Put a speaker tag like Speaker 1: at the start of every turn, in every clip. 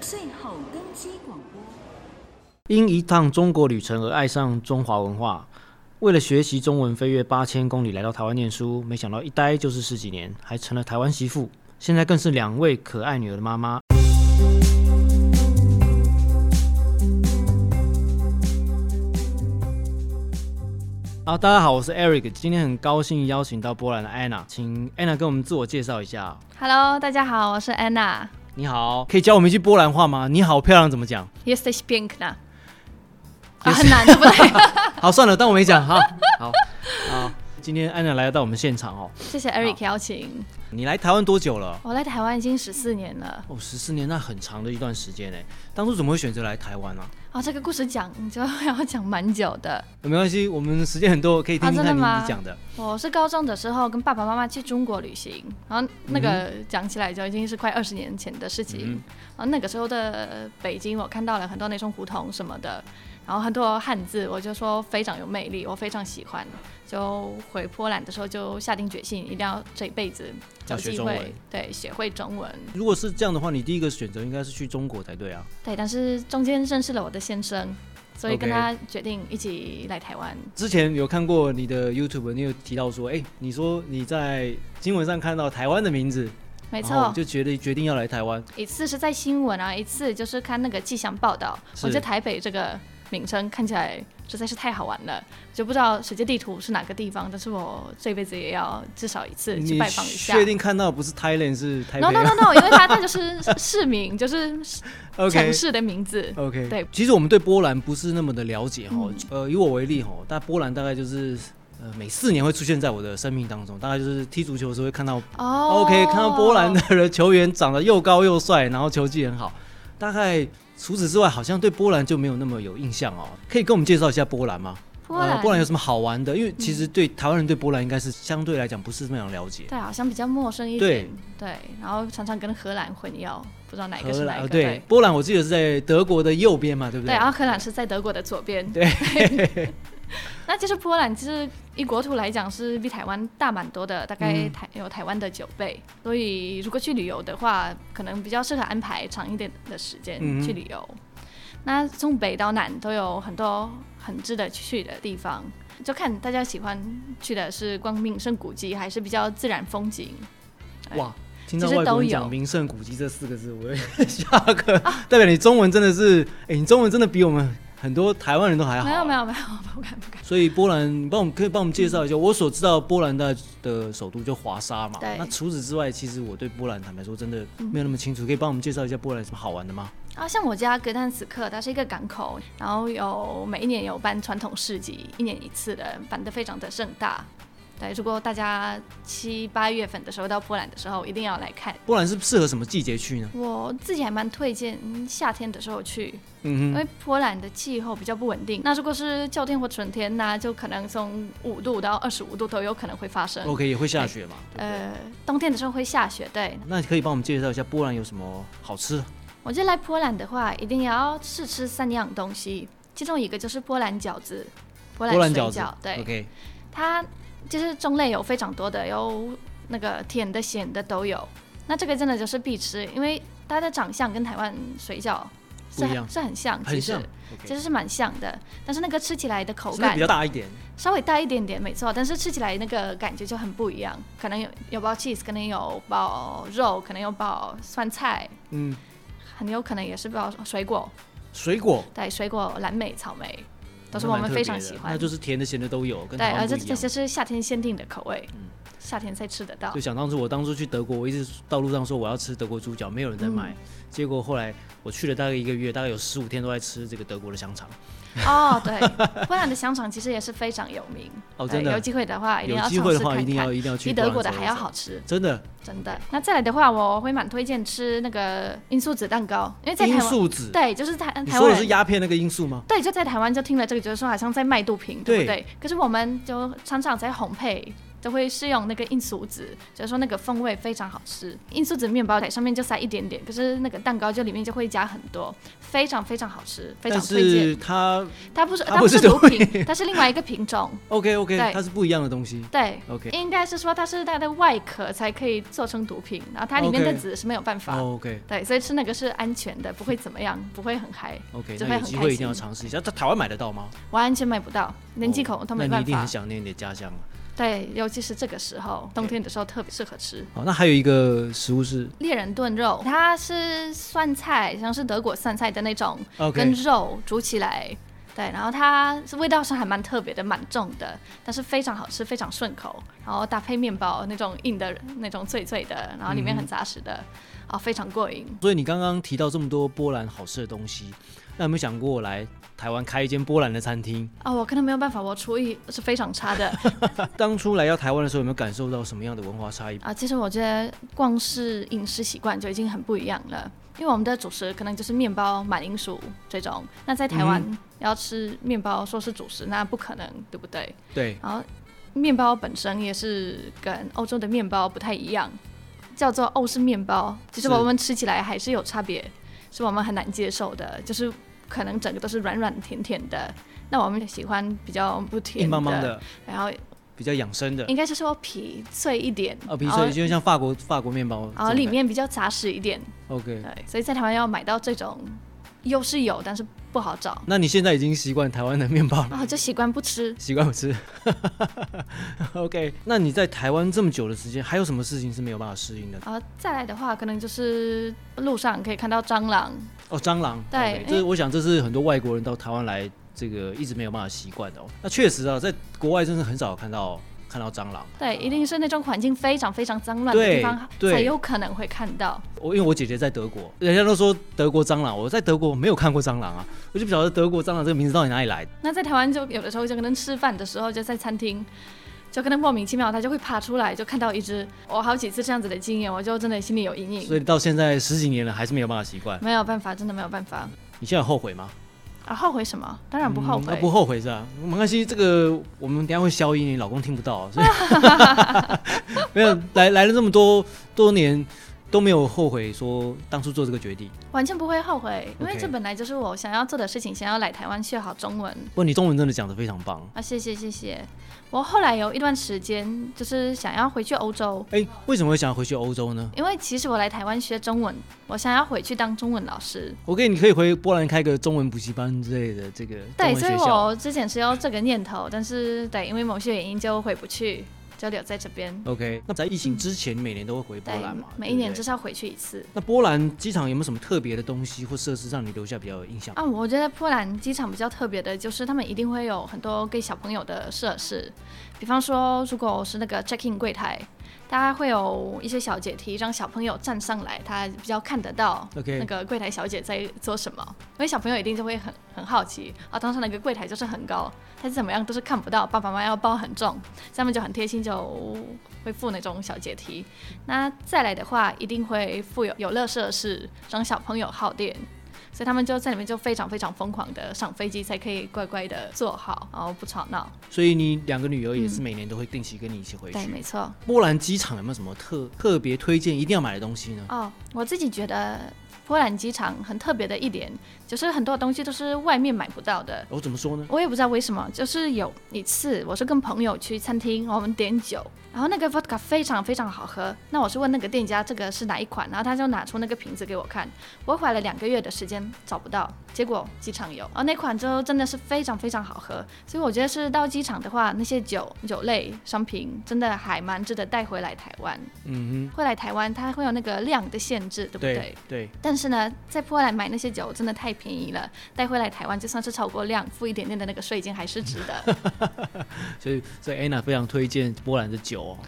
Speaker 1: 最后登机广播。
Speaker 2: 因一趟中国旅程而爱上中华文化，为了学习中文，飞越八千公里来到台湾念书，没想到一待就是十几年，还成了台湾媳妇，现在更是两位可爱女儿的妈妈。好，啊大家好，我是 Eric，今天很高兴邀请到波兰的 Anna，请 Anna 跟我们自我介绍一下。
Speaker 3: Hello，大家好，我是 Anna。
Speaker 2: 你好，可以教我们一句波兰话吗？你好漂亮怎么讲？
Speaker 3: Jesteś piękna。啊，很难，对不对？
Speaker 2: 好，算了，当我没 讲。好，好，好。今天安娜来到我们现场哦，
Speaker 3: 谢谢 Eric 邀请。
Speaker 2: 你来台湾多久了？
Speaker 3: 我来台湾已经十四年了。
Speaker 2: 哦，十四年，那很长的一段时间呢。当初怎么会选择来台湾呢、
Speaker 3: 啊，这个故事讲你就要讲蛮久的。
Speaker 2: 呃没关系，我们时间很多，可以听听
Speaker 3: 啊
Speaker 2: 看
Speaker 3: 真的
Speaker 2: 你、
Speaker 3: 吗
Speaker 2: 你讲的。
Speaker 3: 我是高中的时候跟爸爸妈妈去中国旅行，然后那个讲起来就已经是快二十年前的事情。然后那个时候的北京，我看到了很多那种胡同什么的，然后很多汉字，我就说非常有魅力，我非常喜欢。就回波兰的时候就下定决心，一定要这一辈子找
Speaker 2: 要学
Speaker 3: 机
Speaker 2: 中文
Speaker 3: 会，对，学会中文。
Speaker 2: 如果是这样的话，你第一个选择应该是去中国才对啊。
Speaker 3: 对，但是中间认识了我的先生，所以
Speaker 2: OK
Speaker 3: 跟他决定一起来台湾。
Speaker 2: 之前有看过你的 YouTube，你有提到说，哎、你说你在新闻上看到台湾的名字，
Speaker 3: 没
Speaker 2: 然后
Speaker 3: 错
Speaker 2: 哦你，就觉得决定要来台湾。
Speaker 3: 一次是在新闻啊，一次就是看那个气象报道。
Speaker 2: 是
Speaker 3: 我觉得台北这个名称看起来实在是太好玩了，就不知道世界地图是哪个地方，但是我这辈子也要至少一次去
Speaker 2: 你
Speaker 3: 拜访一下。
Speaker 2: 确定看到不是 Thailand 是台北、
Speaker 3: No
Speaker 2: 啊
Speaker 3: no no no，因为它它就是市名，就是城
Speaker 2: OK
Speaker 3: 市的名字。
Speaker 2: OK，
Speaker 3: 对，嗯
Speaker 2: 其实我们对波兰不是那么的了解哈、呃，以我为例哈，但波兰大概就是呃每四年会出现在我的生命当中，大概就是踢足球的时候会看到、
Speaker 3: 哦
Speaker 2: OK，看到波兰的人球员长得又高又帅，然后球技很好，大概除此之外好像对波兰就没有那么有印象哦。可以跟我们介绍一下波兰吗？
Speaker 3: 波兰嗯
Speaker 2: 呃、波兰有什么好玩的？因为其实对台湾人对波兰应该是相对来讲不是那么样了解。
Speaker 3: 对，啊好像比较陌生一
Speaker 2: 对
Speaker 3: 点。对，然后常常跟荷兰混淆，不知道哪一个
Speaker 2: 荷
Speaker 3: 是哪
Speaker 2: 兰
Speaker 3: 一
Speaker 2: 呃
Speaker 3: 个。
Speaker 2: 对，波兰我记得是在德国的右边嘛，对不
Speaker 3: 对，然后荷兰是在德国的左边。对。 那其实波兰其实以国土来讲是比台湾大蛮多的，大概台、有台湾的九倍，所以如果去旅游的话，可能比较适合安排长一点的时间
Speaker 2: 嗯哼
Speaker 3: 去旅游。那从北到南都有很多很值得去的地方，就看大家喜欢去的是光名胜古迹，还是比较自然风景。对
Speaker 2: 哇，听到
Speaker 3: 哎其实
Speaker 2: 外国
Speaker 3: 都
Speaker 2: 人
Speaker 3: 有啊
Speaker 2: 讲“名胜古迹”这四个字，我也 吓个，代表你中文真的是，哎、你中文真的比我们很多台湾人都还好、啊
Speaker 3: 没有没。有没有，不敢 不敢。
Speaker 2: 所以波兰，你帮我们可以帮我们介绍一下，我所知道波兰的的首都就华沙嘛。
Speaker 3: 对
Speaker 2: 那除此之外，其实我对波兰坦白说真的没有那么清楚，可以帮我们介绍一下波兰有什么好玩的吗？
Speaker 3: 啊，像我家格但斯克，它是一个港口，然后有呃每一年有办传统市集，一年一次的，办得非常的盛大。对，如果大家七八月份的时候到波兰的时候，一定要来看。
Speaker 2: 波兰是适合什么季节去呢？
Speaker 3: 我自己还蛮推荐夏天的时候去，因
Speaker 2: 嗯哼，
Speaker 3: 为波兰的气候比较不稳定。那如果是秋天或春天那就可能从五度到二十五度都有可能会发生。
Speaker 2: OK，也会下雪嘛。对不对
Speaker 3: 呃，冬天的时候会下雪，对，
Speaker 2: 那你可以帮我们介绍一下波兰有什么好吃的？
Speaker 3: 我觉得来波兰的话，一定要试吃三样东西，其中一个就是波兰饺子，波
Speaker 2: 波兰
Speaker 3: 水
Speaker 2: 饺
Speaker 3: 饺，
Speaker 2: 子，
Speaker 3: 对
Speaker 2: OK，
Speaker 3: 它就是种类有非常多的，有那个甜的、咸的都有。那这个真的就是必吃，因为它的长相跟台湾水饺是
Speaker 2: 不一样
Speaker 3: 很是很像，
Speaker 2: 很
Speaker 3: 其实
Speaker 2: 像
Speaker 3: 其
Speaker 2: ，OK，
Speaker 3: 实是蛮像的，但是那个吃起来的口
Speaker 2: 是不是
Speaker 3: 感
Speaker 2: 比较大一点？
Speaker 3: 稍微大一点点，没错，但是吃起来那个感觉就很不一样，可能有有包 cheese，可能有包肉，可能有包酸菜，
Speaker 2: 嗯，
Speaker 3: 很有可能也是包水果。
Speaker 2: 水果。
Speaker 3: 对，水果、蓝莓、草莓都是我们非常喜欢。
Speaker 2: 那就是甜的咸的都有，跟
Speaker 3: 对，
Speaker 2: 台
Speaker 3: 而
Speaker 2: 湾不
Speaker 3: 这
Speaker 2: 一
Speaker 3: 这
Speaker 2: 样。
Speaker 3: 些是夏天限定的口味，夏天才吃得到
Speaker 2: 就。想当初我当初去德国，我一直到路上说我要吃德国猪脚，没有人
Speaker 3: 嗯
Speaker 2: 在买。结果后来我去了大概一个月，大概有十五天都在吃这个德国的香肠。
Speaker 3: 哦，对，波兰的香肠其实也是非常有名。
Speaker 2: 哦，
Speaker 3: 对
Speaker 2: 真的
Speaker 3: 有，机会的哎话一定
Speaker 2: 有
Speaker 3: 要尝
Speaker 2: 机
Speaker 3: 试
Speaker 2: 会
Speaker 3: 看
Speaker 2: 的话
Speaker 3: 看，
Speaker 2: 一定要一定要去
Speaker 3: 比
Speaker 2: 波兰
Speaker 3: 德国的
Speaker 2: 走一
Speaker 3: 还要
Speaker 2: 走
Speaker 3: 好吃，
Speaker 2: 真的。
Speaker 3: 真的。那再来的话，我会蛮推荐吃那个罂粟籽蛋糕，因为在台
Speaker 2: 罂
Speaker 3: 湾，
Speaker 2: 粟籽，
Speaker 3: 对，就是台
Speaker 2: 你
Speaker 3: 台
Speaker 2: 说
Speaker 3: 湾
Speaker 2: 的是
Speaker 3: 人。
Speaker 2: 鸦片那个罂粟吗？
Speaker 3: 对，就在台湾就听了这个，觉得说好像在卖毒品，对
Speaker 2: 对
Speaker 3: 不对？可是我们就常常在烘焙都会是用那个硬薯子，就是说那个风味非常好吃。硬薯子面包在上面就塞一点点，可是那个蛋糕就里面就会加很多，非常非常好吃，非常
Speaker 2: 但
Speaker 3: 推荐。
Speaker 2: 是它
Speaker 3: 它不是
Speaker 2: 它
Speaker 3: 它
Speaker 2: 不
Speaker 3: 不
Speaker 2: 是
Speaker 3: 是毒
Speaker 2: 毒
Speaker 3: 品，它是另外一个品种。
Speaker 2: OK OK，
Speaker 3: 对
Speaker 2: 它是不一样的东西。
Speaker 3: 对
Speaker 2: OK
Speaker 3: 应该是说它是它的外壳才可以做成毒品，然后它里面的
Speaker 2: OK
Speaker 3: 籽是没有办法。
Speaker 2: 哦 OK
Speaker 3: 对，所以吃那个是安全的，不会怎么样，不会很嗨，
Speaker 2: OK，
Speaker 3: 就会
Speaker 2: 那
Speaker 3: 很
Speaker 2: 有机
Speaker 3: 开
Speaker 2: 会一
Speaker 3: 心
Speaker 2: 定要尝试一下。在台湾买得到吗？哦
Speaker 3: 完全买不到，连几口都
Speaker 2: 那
Speaker 3: 没
Speaker 2: 你
Speaker 3: 办
Speaker 2: 一定
Speaker 3: 法
Speaker 2: 很。想念你的家乡了。
Speaker 3: 对，尤其是这个时候，冬天的时候特别适合吃。
Speaker 2: 好，那还有一个食物是
Speaker 3: 猎人炖肉，它是酸菜，像是德国酸菜的那种，跟
Speaker 2: OK，
Speaker 3: 肉煮起来。对，然后它是味道上还蛮特别的，蛮重的，但是非常好吃，非常顺口。然后搭配面包那种硬的、那种脆脆的，然后里面很扎实的，啊、非常过瘾。
Speaker 2: 所以你刚刚提到这么多波兰好吃的东西，那有没有想过来台湾开一间波兰的餐厅？
Speaker 3: 啊、我可能没有办法，我厨艺是非常差的
Speaker 2: 当初来到台湾的时候，有没有感受到什么样的文化差异？
Speaker 3: 啊。其实我觉得光是饮食习惯就已经很不一样了，因为我们的主食可能就是面包、马铃薯这种。那在台湾
Speaker 2: 嗯
Speaker 3: 要吃面包说是主食，那不可能，对不对？
Speaker 2: 对，
Speaker 3: 然后面包本身也是跟欧洲的面包不太一样，叫做欧式面包，其实
Speaker 2: 是
Speaker 3: 我们吃起来还是有差别，是我们很难接受的，就是可能整个都是软软甜甜的。那我们喜欢比较不甜
Speaker 2: 硬邦邦的，
Speaker 3: 然后
Speaker 2: 比较养生的。
Speaker 3: 应该是说皮脆一点，
Speaker 2: 啊，比如
Speaker 3: 然
Speaker 2: 说
Speaker 3: 后
Speaker 2: 就像法国法国面包这种感觉，
Speaker 3: 然后哦里面比较扎实一点，
Speaker 2: OK。
Speaker 3: 对，所以在台湾要买到这种，又是有，但是不好找，
Speaker 2: 那你现在已经习惯台湾的面包了，
Speaker 3: 然后就习惯不吃。
Speaker 2: 习惯我吃。OK，那你在台湾这么久的时间，还有什么事情是没有办法适应的？
Speaker 3: 然后再来的话，可能就是路上可以看到蟑螂，
Speaker 2: 哦，蟑螂。
Speaker 3: 对
Speaker 2: OK，
Speaker 3: 因为
Speaker 2: 这我想这是很多外国人到台湾来，这个一直没有办法习惯的、哦。那确实啊，在国外真是很少看到看到蟑螂。
Speaker 3: 对，一定是那种环境非常非常脏乱的
Speaker 2: 对
Speaker 3: 地方
Speaker 2: 对
Speaker 3: 才有可能会看到。
Speaker 2: 我因为我姐姐在德国，人家都说德国蟑螂，我在德国没有看过蟑螂啊，我就不晓得德国蟑螂这个名字到底哪里来的。
Speaker 3: 那在台湾就有的时候就可能吃饭的时候就在餐厅，就可能莫名其妙它就会爬出来，就看到一只。我好几次这样子的经验，我就真的心里有阴
Speaker 2: 所以
Speaker 3: 影，
Speaker 2: 到现在十几年了，还是没有办法习惯。
Speaker 3: 没有办法，真的没有办法。
Speaker 2: 你现在有后悔吗？
Speaker 3: 啊，后悔什么？当然不后
Speaker 2: 嗯那
Speaker 3: 悔。
Speaker 2: 不后悔是吧？没关系，这个我们等一下会消音，你老公听不到， 所以 没有来来了这么多多年都没有后悔说当初做这个决定。
Speaker 3: 完全不会后悔，因为
Speaker 2: OK
Speaker 3: 这本来就是我想要做的事情，想要来台湾学好中文。
Speaker 2: 不过你中文真的讲得非常棒。
Speaker 3: 啊，谢谢谢谢。我后来有一段时间就是想要回去欧洲，
Speaker 2: 哎，为什么会想要回去欧洲呢
Speaker 3: 因为其实我来台湾学中文，我想要回去当中文老师。
Speaker 2: ？OK，你可以回波兰开个中文补习班之类的这个中
Speaker 3: 对，
Speaker 2: 文
Speaker 3: 所以
Speaker 2: 学校。
Speaker 3: 我之前是有这个念头，但是对，因为某些原因就回不去，就留在这边。
Speaker 2: OK，那在疫情之前，你每年都会回波
Speaker 3: 对
Speaker 2: 兰嘛？，
Speaker 3: 每一年
Speaker 2: 对
Speaker 3: 至
Speaker 2: 不对
Speaker 3: 少回去一次。
Speaker 2: 那波兰机场有没有什么特别的东西或设施让你留下比较有印象？
Speaker 3: 啊，我觉得波兰机场比较特别的就是他们一定会有很多给小朋友的设施，比方说如果是那个 check in 柜台，它会有一些小阶梯让小朋友站上来，他比较看得到
Speaker 2: OK
Speaker 3: 那个柜台小姐在做什么，因为小朋友一定就会很很好奇啊。当时那个柜台就是很高，他是怎么样都是看不到，爸爸妈妈要包很重，他们就很贴心就会附那种小阶梯。那再来的话，一定会附有有乐设施，让小朋友耗电。所以他们就在里面就非常非常疯狂的上飞机，才可以乖乖的坐好，然后不吵闹。
Speaker 2: 所以你两个女儿也是每年都会定期跟你一起回去。
Speaker 3: 对，没错。
Speaker 2: 波兰机场有没有什么特特别推荐一定要买的东西呢？
Speaker 3: 哦，我自己觉得波兰机场很特别的一点，就是很多东西都是外面买不到的。
Speaker 2: 我、怎么说呢？
Speaker 3: 我也不知道为什么，就是有一次我是跟朋友去餐厅，我们点酒，然后那个 vodka 非常非常好喝。那我是问那个店家这个是哪一款，然后他就拿出那个瓶子给我看，我花了两个月的时间找不到，结果机场有，然后那款就真的是非常非常好喝。所以我觉得是到机场的话，那些酒酒类商品真的还蛮值得带回来台湾。
Speaker 2: 嗯
Speaker 3: 会来台湾，它会有那个量的限制，对
Speaker 2: 哼，
Speaker 3: 不对？
Speaker 2: 对对，
Speaker 3: 但是呢，在波兰买那些酒真的太便宜了，带回来台湾就算是超过量，付一点点的那个税金还是值得。
Speaker 2: 所以所以 Anna 非常推荐波兰的酒哦。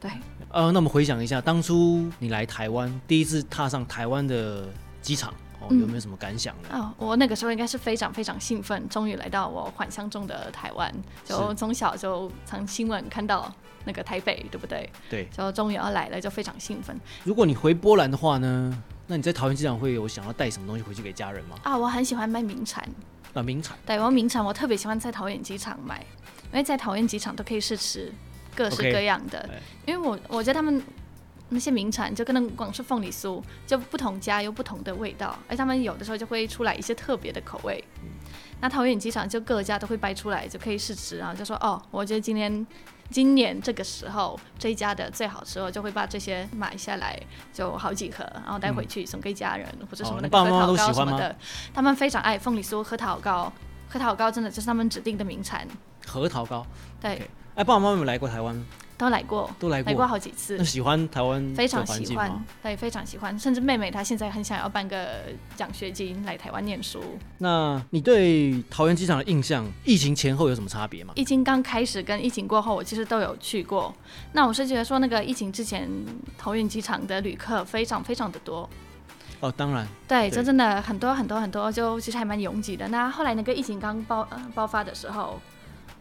Speaker 3: 对，
Speaker 2: 呃，那我们回想一下，当初你来台湾第一次踏上台湾的机场哦，
Speaker 3: 嗯
Speaker 2: 有没有什么感想呢？
Speaker 3: 哦，我那个时候应该是非常非常兴奋，终于来到我幻想中的台湾。就是从小就从新闻看到那个台北，对不对？
Speaker 2: 对，
Speaker 3: 就终于要来了，就非常兴奋
Speaker 2: 如果你回波兰的话呢，那你在桃园机场会有想要带什么东西回去给家人吗？
Speaker 3: 啊！我很喜欢卖名产，
Speaker 2: 啊，名产
Speaker 3: 对，我名产我特别喜欢在桃园机场买，因为在桃园机场都可以试吃。各式
Speaker 2: OK
Speaker 3: 各样的
Speaker 2: 哎
Speaker 3: 因为我我觉得他们那些名产就跟那个广式凤梨酥，就不同家有不同的味道，而他们有的时候就会出来一些特别的口味。那桃园机场就各家都会掰出来，就可以试吃，然后就说哦，我觉得今天今年这个时候这一家的最好吃，我就会把这些买下来，就好几盒，然后带回去送给家人、或者什
Speaker 2: 嗯哦
Speaker 3: 么
Speaker 2: 你
Speaker 3: 那
Speaker 2: 爸爸妈
Speaker 3: 个核
Speaker 2: 妈
Speaker 3: 桃
Speaker 2: 都
Speaker 3: 糕
Speaker 2: 喜
Speaker 3: 什
Speaker 2: 欢吗
Speaker 3: 么的，他们非常爱凤梨酥、核桃糕，核桃糕真的就是他们指定的名产，
Speaker 2: 核桃糕。
Speaker 3: 对
Speaker 2: OK 哎，爸爸妈妈有没有来过台湾？
Speaker 3: 都来过，
Speaker 2: 都来
Speaker 3: 来
Speaker 2: 过
Speaker 3: 过，好几次
Speaker 2: 那。喜欢台湾
Speaker 3: 非
Speaker 2: 的
Speaker 3: 常
Speaker 2: 环
Speaker 3: 喜
Speaker 2: 境
Speaker 3: 欢
Speaker 2: 吗？，
Speaker 3: 对，非常喜欢。甚至妹妹她现在很想要办个奖学金来台湾念书。
Speaker 2: 那你对桃园机场的印象，疫情前后有什么差别吗？
Speaker 3: 疫情刚开始跟疫情过后，我其实都有去过。那我是觉得说，那个疫情之前，桃园机场的旅客非常非常的多。
Speaker 2: 哦，当然，
Speaker 3: 对，
Speaker 2: 对
Speaker 3: 就真的很多很多很多，就其实还蛮拥挤的。那后来那个疫情刚爆、呃、爆发的时候，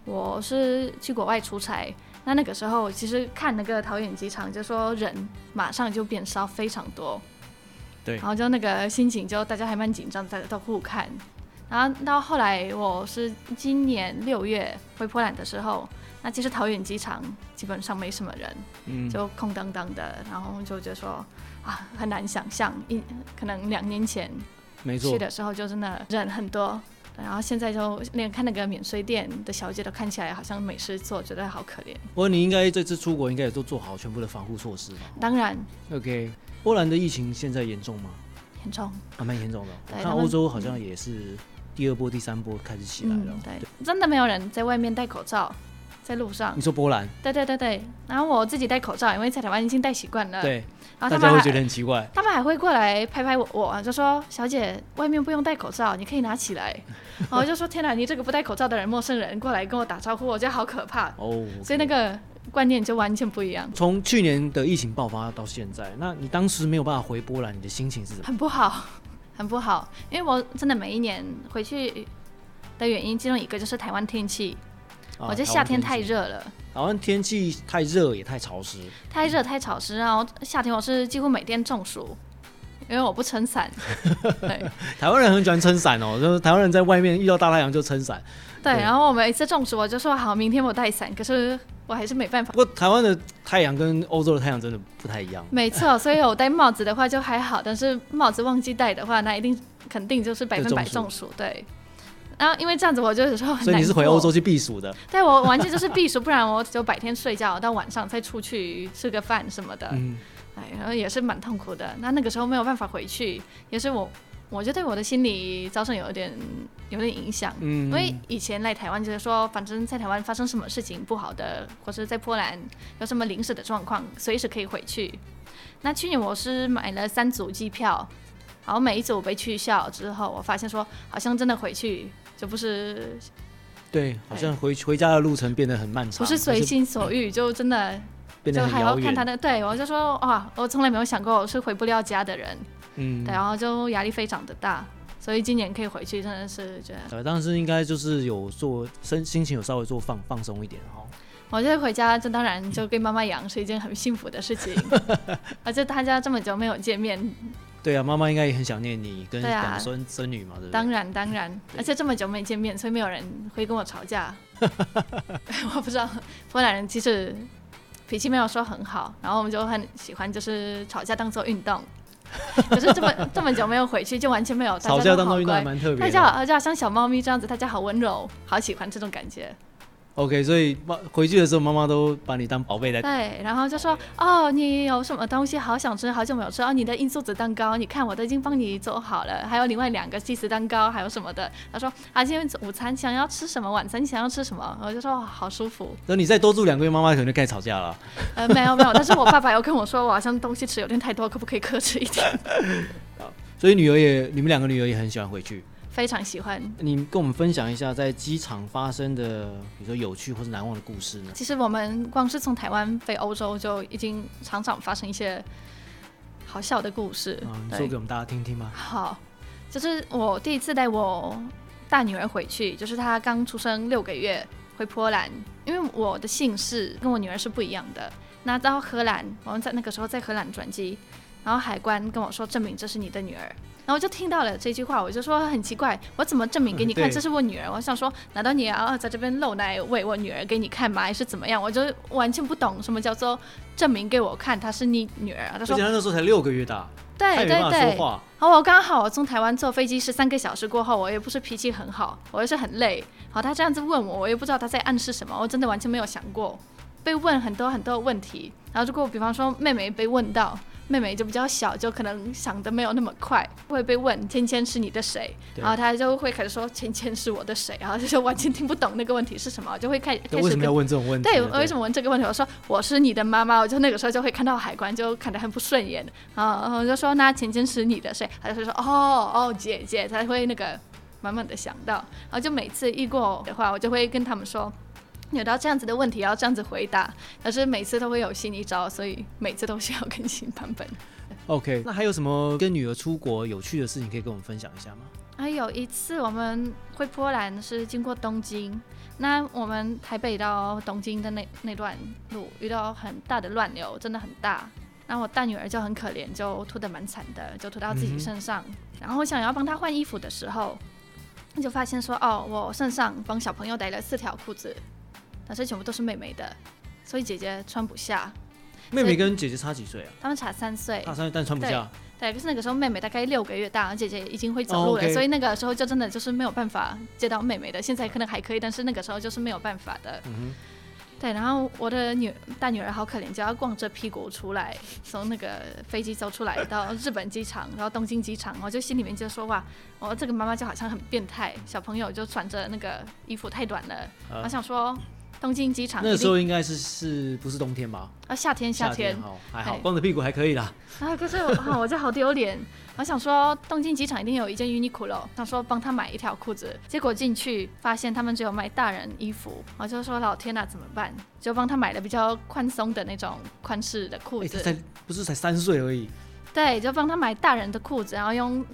Speaker 3: 我是去国外出差，那那个时候其实看那个桃园机场，就说人马上就变少非常多，
Speaker 2: 对
Speaker 3: 然后就那个心情就大家还蛮紧张，大家都互看。然后到后来，我是今年六月回波兰的时候，那其实桃园机场基本上没什么人，
Speaker 2: 嗯，
Speaker 3: 就空荡荡的，然后就觉得说啊，很难想象，一可能两年前
Speaker 2: 没错
Speaker 3: 去，的时候就真的人很多，然后现在就连看那个免税店的小姐都看起来好像没事做，觉得好可怜。
Speaker 2: 不过你应该这次出国应该也都做好全部的防护措施吧
Speaker 3: 当然
Speaker 2: ？OK，波兰的疫情现在严重吗？
Speaker 3: 严重，
Speaker 2: 还蛮严重的哦。
Speaker 3: 对
Speaker 2: 我看
Speaker 3: 他们
Speaker 2: 欧洲好像也是第二波、第三波开始起来了
Speaker 3: 嗯
Speaker 2: 哦。，
Speaker 3: 对，真的没有人在外面戴口罩，在路上
Speaker 2: 你，说波兰，
Speaker 3: 对对对对。然后我自己戴口罩，因为在台湾已经戴习惯了，
Speaker 2: 对，
Speaker 3: 呃
Speaker 2: 大
Speaker 3: 然后他
Speaker 2: 家
Speaker 3: 们
Speaker 2: 会
Speaker 3: 还
Speaker 2: 觉得很奇怪。
Speaker 3: 他们还会过来拍拍我，我就说：“小姐，外面不用戴口罩，你可以拿起来。” 然后我就说：“天哪，你这个不戴口罩的人，陌生人过来跟我打招呼，我觉得好可怕。
Speaker 2: 哦，
Speaker 3: 所以那个观念就完全不一样，
Speaker 2: 从去年的疫情爆发到现在，那你当时没有办法回波兰，你的心情是什么？
Speaker 3: 很不好， 很不好。因为我真的每一年回去的原因，其中一个就是台湾天气，
Speaker 2: 啊
Speaker 3: 我觉得夏天太
Speaker 2: 台湾气
Speaker 3: 热了。
Speaker 2: 台湾天气太热也太潮湿，
Speaker 3: 太热太潮湿，然后夏天我是几乎每天中暑，因为我不撑 伞。对，
Speaker 2: 台湾人很喜欢撑伞哦， 就是台湾人在外面遇到大太阳就撑伞。
Speaker 3: 对，
Speaker 2: 对
Speaker 3: 然后我每一次中暑，我就说好，明天我带伞，可是我还是没办法
Speaker 2: 不。过台湾的太阳跟欧洲的太阳真的不太一样。
Speaker 3: 没错，所以我戴帽子的话就还好，但是帽子忘记戴的话，那一定肯定就是百分百
Speaker 2: 中
Speaker 3: 中暑。对，然后因为这样子，我就有时候很
Speaker 2: 所以你是
Speaker 3: 难
Speaker 2: 回
Speaker 3: 过
Speaker 2: 欧洲？去避暑的，
Speaker 3: 对，我完全就是避暑，不然我只有白天睡觉，到晚上再出去吃个饭什么的，
Speaker 2: 嗯，
Speaker 3: 哎，然后也是蛮痛苦的。那那个时候没有办法回去，也是我，我就对我的心理造成有一点有点影响。
Speaker 2: 嗯
Speaker 3: 因为以前来台湾就是说，反正在台湾发生什么事情不好的，或是在波兰有什么临时的状况，随时可以回去。那去年我是买了三组机票，然后每一组被取消之后，我发现说好像真的回去就不是
Speaker 2: 对，好像回回家的路程变得很漫长，
Speaker 3: 不是随
Speaker 2: 而且
Speaker 3: 心所欲，就真的
Speaker 2: 变
Speaker 3: 就
Speaker 2: 得
Speaker 3: 还
Speaker 2: 很
Speaker 3: 要
Speaker 2: 遥
Speaker 3: 看他
Speaker 2: 远。
Speaker 3: 的。嗯对我就说哇，我从来没有想过我是回不了家的人，
Speaker 2: 嗯
Speaker 3: 对，，啊然后就压力非常的大，所以今年可以回去真的是觉得
Speaker 2: 对，当时应该就是有做身心情有稍微做放放松一点哦哈。
Speaker 3: 我觉得回家，这当然就跟妈妈养是一件很幸福的事 情，而且大家这么久没有见面，
Speaker 2: 对啊，妈妈应该也很想念你跟
Speaker 3: 对啊
Speaker 2: 两孙孙女嘛，对不
Speaker 3: 当
Speaker 2: 对？
Speaker 3: 然当然，而且这么久没见面，所以没有人会跟我吵架。 我不知道波兰人其实脾气没有说很好，然后我们就很喜欢就是吵架当做运动，可是 这么这么久没有回去，就完全没有大
Speaker 2: 吵
Speaker 3: 家
Speaker 2: 架
Speaker 3: 都
Speaker 2: 当
Speaker 3: 好
Speaker 2: 中遇到还
Speaker 3: 乖。
Speaker 2: 蛮特别
Speaker 3: 大家
Speaker 2: 的。
Speaker 3: 好，就好像小猫咪这样子，大家好温柔，好喜欢这种感觉。
Speaker 2: OK，所以妈回去的时候，妈妈都把你当宝贝来。
Speaker 3: 对，然后就说
Speaker 2: 哎
Speaker 3: 哦，你有什么东西好想吃，好久没有吃哦，你的印度子蛋糕，你看我都已经帮你做好了，还有另外两个鸡丝蛋糕，还有什么的。他说啊，今天午餐想要吃什么，晚餐想要吃什么，我就说、哦好 舒服。
Speaker 2: 那你再多住两个月，妈妈可能就开始吵架了。
Speaker 3: 呃，没有没有，但是我爸爸有跟我说，我好像东西吃有点太多，可不可以克制一点？
Speaker 2: 所以女儿也，你们两个女儿也很喜欢回去。
Speaker 3: 非常喜欢。
Speaker 2: 你跟我们分享一下在机场发生的，比如说有趣或是难忘的故事呢？
Speaker 3: 其实我们光是从台湾飞欧洲就已经常常发生一些好笑的故事。
Speaker 2: 啊，你
Speaker 3: 对。
Speaker 2: 说给我们大家听听吧。
Speaker 3: 好，就是我第一次带我大女儿回去，就是她刚出生六个月回波兰，因为我的姓氏跟我女儿是不一样的。那到荷兰，我们在那个时候在荷兰转机，然后海关跟我说证明这是你的女儿，然后我就听到了这句话，我就说很奇怪，我怎么证明给你
Speaker 2: 嗯
Speaker 3: 看
Speaker 2: 对
Speaker 3: 这是我女儿？我想说，难道你也要在这边露奶喂我女儿给你看吗？还是怎么样？我就完全不懂什么叫做证明给我看她是你女儿。他
Speaker 2: 而
Speaker 3: 说
Speaker 2: 且他那时候才六个月大，他也
Speaker 3: 对
Speaker 2: 没
Speaker 3: 对
Speaker 2: 办法
Speaker 3: 对
Speaker 2: 说，话。
Speaker 3: 然后我刚好我从台湾坐飞机十三个小时过后，我也不是脾气很好，我也是很累。好，他这样子问我，我也不知道他在暗示什么，我真的完全没有想过。被问很多很多问题，然后如果比方说妹妹被问到，妹妹就比较小，就可能想的没有那么快，会被问芊芊是你的谁，
Speaker 2: 对
Speaker 3: 然后她就会开始说芊芊是我的谁，然后就完全听不懂那个问题是什么，我就会开开
Speaker 2: 对，
Speaker 3: 始
Speaker 2: 为什
Speaker 3: 跟
Speaker 2: 么要问这种问题呢？
Speaker 3: 对，我为什么问这个问题？我说我是你的妈妈，我就那个时候就会看到海关，就看得很不顺眼啊，然后我就说那钱钱是你的谁？他就会说哦哦姐姐，才会那个慢慢的想到，然后就每次遇过的话，我就会跟他们说。有到这样子的问题，要这样子回答，但是每次都会有新一招，所以每次都需要更 新版本。
Speaker 2: ？OK，那还有什么跟女儿出国有趣的事情可以跟我们分享一下吗？
Speaker 3: 还有一次我们回波兰是经过东京，那我们台北到东京的那那段路遇到很大的乱流，真的很大。那我大女儿就很可怜，就吐得蛮惨的，就吐到自
Speaker 2: 嗯哼
Speaker 3: 己身上。然后我想要帮她换衣服的时候，就发现说哦，我身上帮小朋友带了四条裤子，但是全部都是妹妹的，所以姐姐穿不下。
Speaker 2: 妹妹跟姐姐差几岁啊？
Speaker 3: 她们差三岁，
Speaker 2: 大三，但穿不下。
Speaker 3: 对，可是那个时候妹妹大概六个月大，姐姐已经会走路了
Speaker 2: 哦，OK
Speaker 3: 所以那个时候就真的就是没有办法接到妹妹的。现在可能还可以，但是那个时候就是没有办法的。
Speaker 2: 嗯
Speaker 3: 对，然后我的女大女儿好可怜，就要光着屁股出来，从那个飞机走出来到日本机场，然后东京机场，我就心里面就说哇，我这个妈妈就好像很变态，小朋友就穿着那个衣服太短了，
Speaker 2: 啊
Speaker 3: 我想说东京机场
Speaker 2: 哼，那
Speaker 3: 一
Speaker 2: 个时
Speaker 3: 定
Speaker 2: 候应该是是不是冬天吧？
Speaker 3: 啊夏天夏天
Speaker 2: 好，还好，
Speaker 3: 对
Speaker 2: 光着屁股还可以啦。
Speaker 3: 然后可是我、啊、我就好丢脸，我想说东京机场一定有一件 Uniqlo，想说帮他买一条裤子，结果进去发现他们只有卖大人衣服，我就说老天呐、怎么办？就帮他买了比较宽松的那种宽式的裤
Speaker 2: 哎，
Speaker 3: 子
Speaker 2: 她，才不是才三岁而已，
Speaker 3: 对，就帮他买大人的裤子，然后用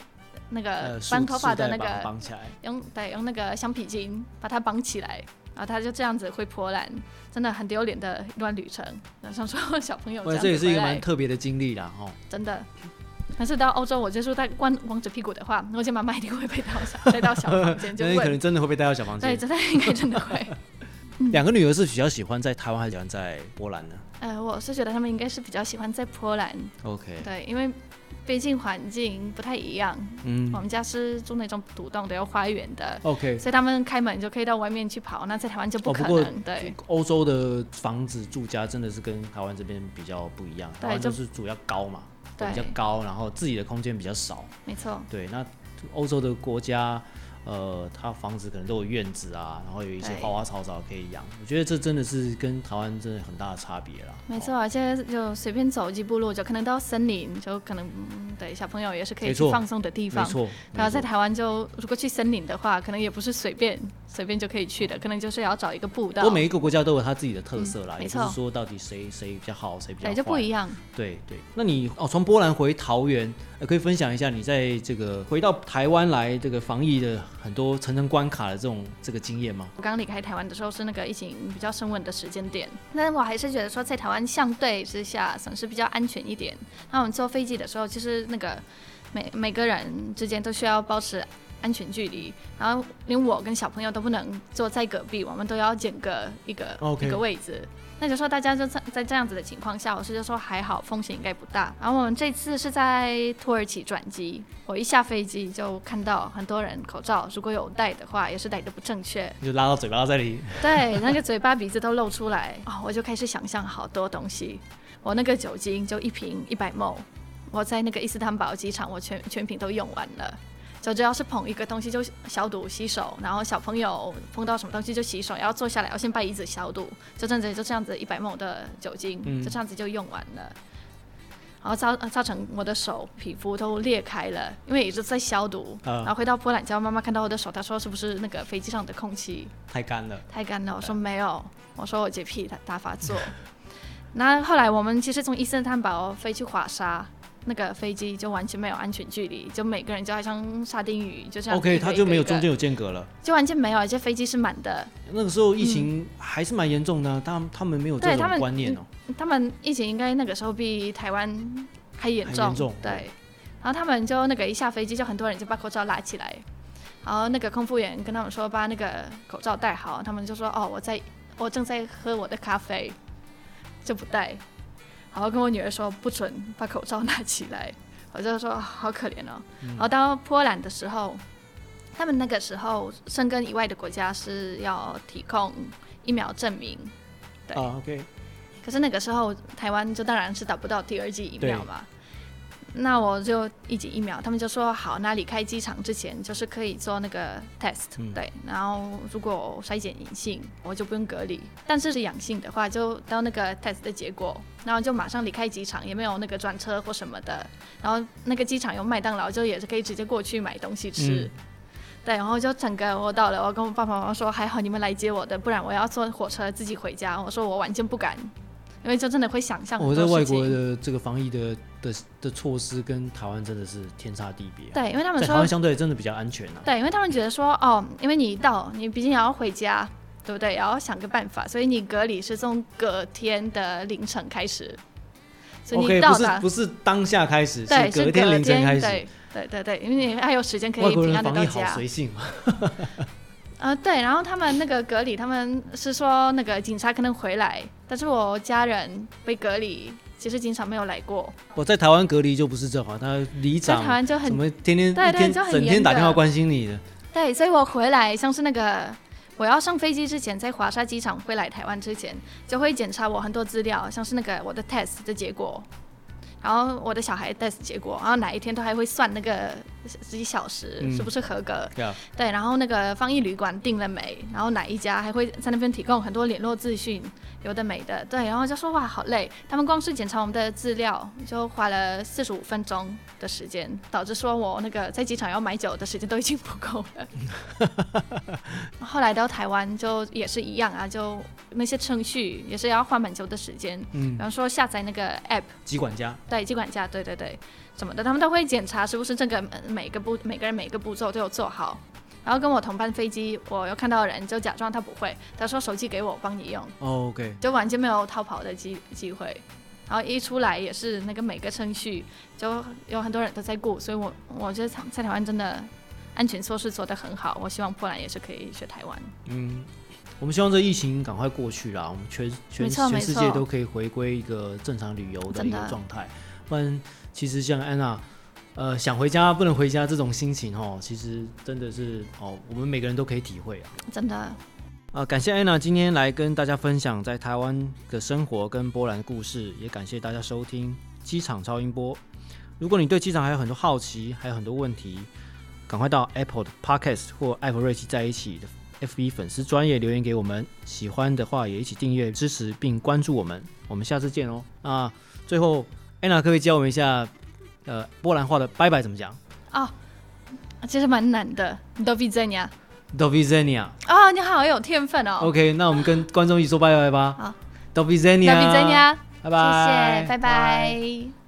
Speaker 3: 那个
Speaker 2: 呃，束
Speaker 3: 绑头发的
Speaker 2: 束带
Speaker 3: 那
Speaker 2: 绑
Speaker 3: 个
Speaker 2: 绑起来，
Speaker 3: 用对用那个橡皮筋把它绑起来，然后他就这样子回波兰，真的很丢脸的一段旅程。然后想说小朋友这
Speaker 2: 哇，
Speaker 3: 样
Speaker 2: 这也
Speaker 3: 子
Speaker 2: 是一
Speaker 3: 回
Speaker 2: 个
Speaker 3: 来
Speaker 2: 蛮。特别的经历啦，哦。
Speaker 3: 真的。但是到欧洲，我接触到光光着屁股的话，我觉得妈妈一定会被带到小带到小房间就
Speaker 2: 那你可
Speaker 3: 问
Speaker 2: 能，真的会被带到小房
Speaker 3: 对，
Speaker 2: 间。
Speaker 3: 真的应该真的会。
Speaker 2: 两个女儿是比较喜欢在台湾，还是喜欢在波兰呢
Speaker 3: 呃，我是觉得他们应该是比较喜欢在波兰，
Speaker 2: ？OK，
Speaker 3: 对，因为毕竟环境不太一样。
Speaker 2: 嗯
Speaker 3: 我们家是住那种独栋的，有花园的，
Speaker 2: ，OK。
Speaker 3: 所以他们开门就可以到外面去跑，那在台湾就
Speaker 2: 哦
Speaker 3: 不
Speaker 2: 不
Speaker 3: 可
Speaker 2: 过
Speaker 3: 能。对，
Speaker 2: 欧洲的房子住家真的是跟台湾这边比较不一样，
Speaker 3: 对
Speaker 2: 台湾就
Speaker 3: 就是
Speaker 2: 主要高嘛，
Speaker 3: 对
Speaker 2: 比较高，然后自己的空间比较少。
Speaker 3: 没错，
Speaker 2: 对，那欧洲的国家，呃，它房子可能都有院子啊，然后有一些
Speaker 3: 对
Speaker 2: 花花草草可以养。我觉得这真的是跟台湾真的很大的差别啦。
Speaker 3: 没错，
Speaker 2: 哦，
Speaker 3: 而且就随便走几步路就可能到森林，就可能嗯对小朋友也是可以
Speaker 2: 没
Speaker 3: 去
Speaker 2: 错
Speaker 3: 放松的地
Speaker 2: 没
Speaker 3: 方。
Speaker 2: 错。
Speaker 3: 然后在
Speaker 2: 没错
Speaker 3: 台湾就，如果去森林的话，可能也不是随便随便就可以去的，可能就是要找一个步
Speaker 2: 不
Speaker 3: 道
Speaker 2: 过，每一个国家都有它自己的特色啦，
Speaker 3: 嗯
Speaker 2: 也
Speaker 3: 没
Speaker 2: 不
Speaker 3: 错
Speaker 2: 是说到底谁谁比较好，谁比较
Speaker 3: 对，就不
Speaker 2: 坏
Speaker 3: 一样。
Speaker 2: 对对，那你哦，从波兰回桃园，呃，可以分享一下你在这个回到台湾来这个防疫的很多层层关卡的这种这个经验吗？
Speaker 3: 我刚离开台湾的时候是那个疫情比较升温的时间点，那我还是觉得说在台湾相对之下算是比较安全一点。那我们坐飞机的时候，其实那个每每个人之间都需要保持安全距离，然后连我跟小朋友都不能坐在隔壁，我们都要间隔一个
Speaker 2: OK
Speaker 3: 一个位置。那就说大家就在在这样子的情况下，我是就说还好，风险应该不大。然后我们这次是在土耳其转机，我一下飞机就看到很多人口罩如果有戴的话，也是戴的不正确，
Speaker 2: 你就拉到嘴巴这里，
Speaker 3: 对，那个嘴巴鼻子都露出 来啊、我就开始想象好多东西。我那个酒精就一瓶一百 ml，我在那个伊斯坦堡机场，我全全瓶都用完了。就只要是捧一个东西就消毒洗手，然后小朋友碰到什么东西就洗手，然后坐下来要先把椅子消毒，就这样子就这样子一百 ml 的酒精，
Speaker 2: 嗯
Speaker 3: 就这样子就用完了。然后造造成我的手皮肤都裂开了，因为一直在消毒。
Speaker 2: 啊
Speaker 3: 然后回到波兰之后，妈妈看到我的手，她说是不是那个飞机上的空气
Speaker 2: 太干了。
Speaker 3: 太干了。我说没有，我说我洁 癖大大发作。那后来我们其实从伊斯坦堡飞去华沙，那个飞机就完全没有安全距离，就每个人就好像沙丁鱼，就这样。
Speaker 2: OK，它就没有中
Speaker 3: 间，
Speaker 2: 间有间隔了。
Speaker 3: 就完全没有，而且飞机是满的。
Speaker 2: 那个时候疫情还是蛮严重的，啊他他们没有这
Speaker 3: 嗯对
Speaker 2: 种
Speaker 3: 他们嗯
Speaker 2: 观念哦、
Speaker 3: 他们疫情应该那个时候比台湾还严
Speaker 2: 还
Speaker 3: 重，
Speaker 2: 严重
Speaker 3: 对。然后他们就那个一下飞机，就很多人就把口罩拉起来，然后那个空服员跟他们说把那个口罩戴好，他们就说哦我在我正在喝我的咖啡，就不戴。然后跟我女儿说不准把口罩拿起来，我就说好可怜哦。
Speaker 2: 嗯
Speaker 3: 然后到波兰的时候，他们那个时候申根以外的国家是要提供疫苗证明，对
Speaker 2: 啊，OK，
Speaker 3: 可是那个时候台湾就当然是打不到第二剂疫苗嘛。那我就一剂疫苗，他们就说好，那离开机场之前就是可以做那个 test，、
Speaker 2: 嗯
Speaker 3: 对，然后如果筛检阴性，我就不用隔离；但是是阳性的话，就到那个 test 的结果，然后就马上离开机场，也没有那个转车或什么的。然后那个机场有麦当劳，就也是可以直接过去买东西吃。
Speaker 2: 嗯
Speaker 3: 对，然后就整个我到了，我跟我爸爸妈妈说，还好你们来接我的，不然我要坐火车自己回家。我说我完全不敢，因为就真的会想象
Speaker 2: 我
Speaker 3: 很
Speaker 2: 在
Speaker 3: 多
Speaker 2: 外
Speaker 3: 事
Speaker 2: 国
Speaker 3: 情。
Speaker 2: 的这个防疫的的的措施跟台湾真的是天差地别啊、
Speaker 3: 对，因为他们
Speaker 2: 在台湾
Speaker 3: 说，
Speaker 2: 相对真的比较安全啊。
Speaker 3: 对，因为他们觉得说，哦，因为你到，你毕竟也要回家，对不对？也要想个办法，所以你隔离是从隔天的凌晨开始，所以
Speaker 2: OK，
Speaker 3: 你到
Speaker 2: 不是
Speaker 3: 达
Speaker 2: 不是当下开始，
Speaker 3: 对
Speaker 2: 隔
Speaker 3: 隔
Speaker 2: 天凌晨开始。
Speaker 3: 对对对对，因为你还有时间可
Speaker 2: 外
Speaker 3: 以
Speaker 2: 国
Speaker 3: 平
Speaker 2: 人
Speaker 3: 安的
Speaker 2: 防
Speaker 3: 到
Speaker 2: 疫好
Speaker 3: 家。
Speaker 2: 随性啊，
Speaker 3: 呃，对，然后他们那个隔离，他们是说那个警察可能回来，但是我家人被隔离，其实警察没有来过，
Speaker 2: 我在台湾隔离就不是这好，他里
Speaker 3: 在台
Speaker 2: 长
Speaker 3: 湾就
Speaker 2: 怎
Speaker 3: 很
Speaker 2: 么天天一
Speaker 3: 对对
Speaker 2: 天
Speaker 3: 就很
Speaker 2: 整天
Speaker 3: 严格
Speaker 2: 打电话关心你的，
Speaker 3: 对，所以我回来像是那个我要上飞机之前，在华沙机场回来台湾之前，就会检查我很多资料，像是那个我的 test 的结果，然后我的小孩 test 结果，然后哪一天都还会算那个几小时、
Speaker 2: 嗯
Speaker 3: 是不是合格，
Speaker 2: 对啊，
Speaker 3: 对，然后那个防疫旅馆订了没？然后哪一家还会在那边提供很多联络资讯，有的没的。对，然后就说哇，好累，他们光是检查我们的资料就花了四十五分钟的时间，导致说我那个在机场要买酒的时间都已经不够了。后来到台湾就也是一样啊，就那些程序也是要花蛮久的时间，
Speaker 2: 嗯
Speaker 3: 比，方说下载那个 app。
Speaker 2: 机管家，
Speaker 3: 对，机管家，对对对，什么的，他们都会检查是不是这个呃每个步每个人每个步骤都有做好。然后跟我同班飞机，我有看到人就假装他不会，他说手机给我，我帮你用，
Speaker 2: 哦，OK，
Speaker 3: 就完全没有逃跑的机机会。然后一出来也是那个每个程序，就有很多人都在顾，所以我我觉得在在台湾真的安全措施做得很好，我希望波兰也是可以学台湾。
Speaker 2: 嗯，我们希望这疫情赶快过去啦，我们全全
Speaker 3: 没错
Speaker 2: 全
Speaker 3: 没
Speaker 2: 世
Speaker 3: 错
Speaker 2: 界都可以回归一个正常旅游的一
Speaker 3: 真
Speaker 2: 个
Speaker 3: 的
Speaker 2: 状态，不然其实像安娜。呃，想回家不能回家这种心情哦，其实真的是哦，我们每个人都可以体会啊。
Speaker 3: 真的，
Speaker 2: 啊，感谢安娜今天来跟大家分享在台湾的生活跟波兰的故事，也感谢大家收听机场超音波。如果你对机场还有很多好奇，还有很多问题，赶快到 Apple 的 Podcast 或艾弗瑞奇在一起的 FB 粉丝专业留言给我们。喜欢的话也一起订阅、支持并关注我们。我们下次见哦。啊，最后安娜可不可以教我们一下，呃，波兰话的拜拜怎么讲
Speaker 3: 啊其实蛮难的。你都 v i d z e n i a
Speaker 2: d o v i z e n i a
Speaker 3: 哦，你好有天分哦。
Speaker 2: OK，那我们跟观众一起说拜拜吧。
Speaker 3: 好
Speaker 2: d o v i z e n
Speaker 3: d
Speaker 2: i
Speaker 3: o
Speaker 2: a
Speaker 3: v i d z e n i a
Speaker 2: 拜
Speaker 3: 谢
Speaker 2: 拜，
Speaker 3: 谢，拜拜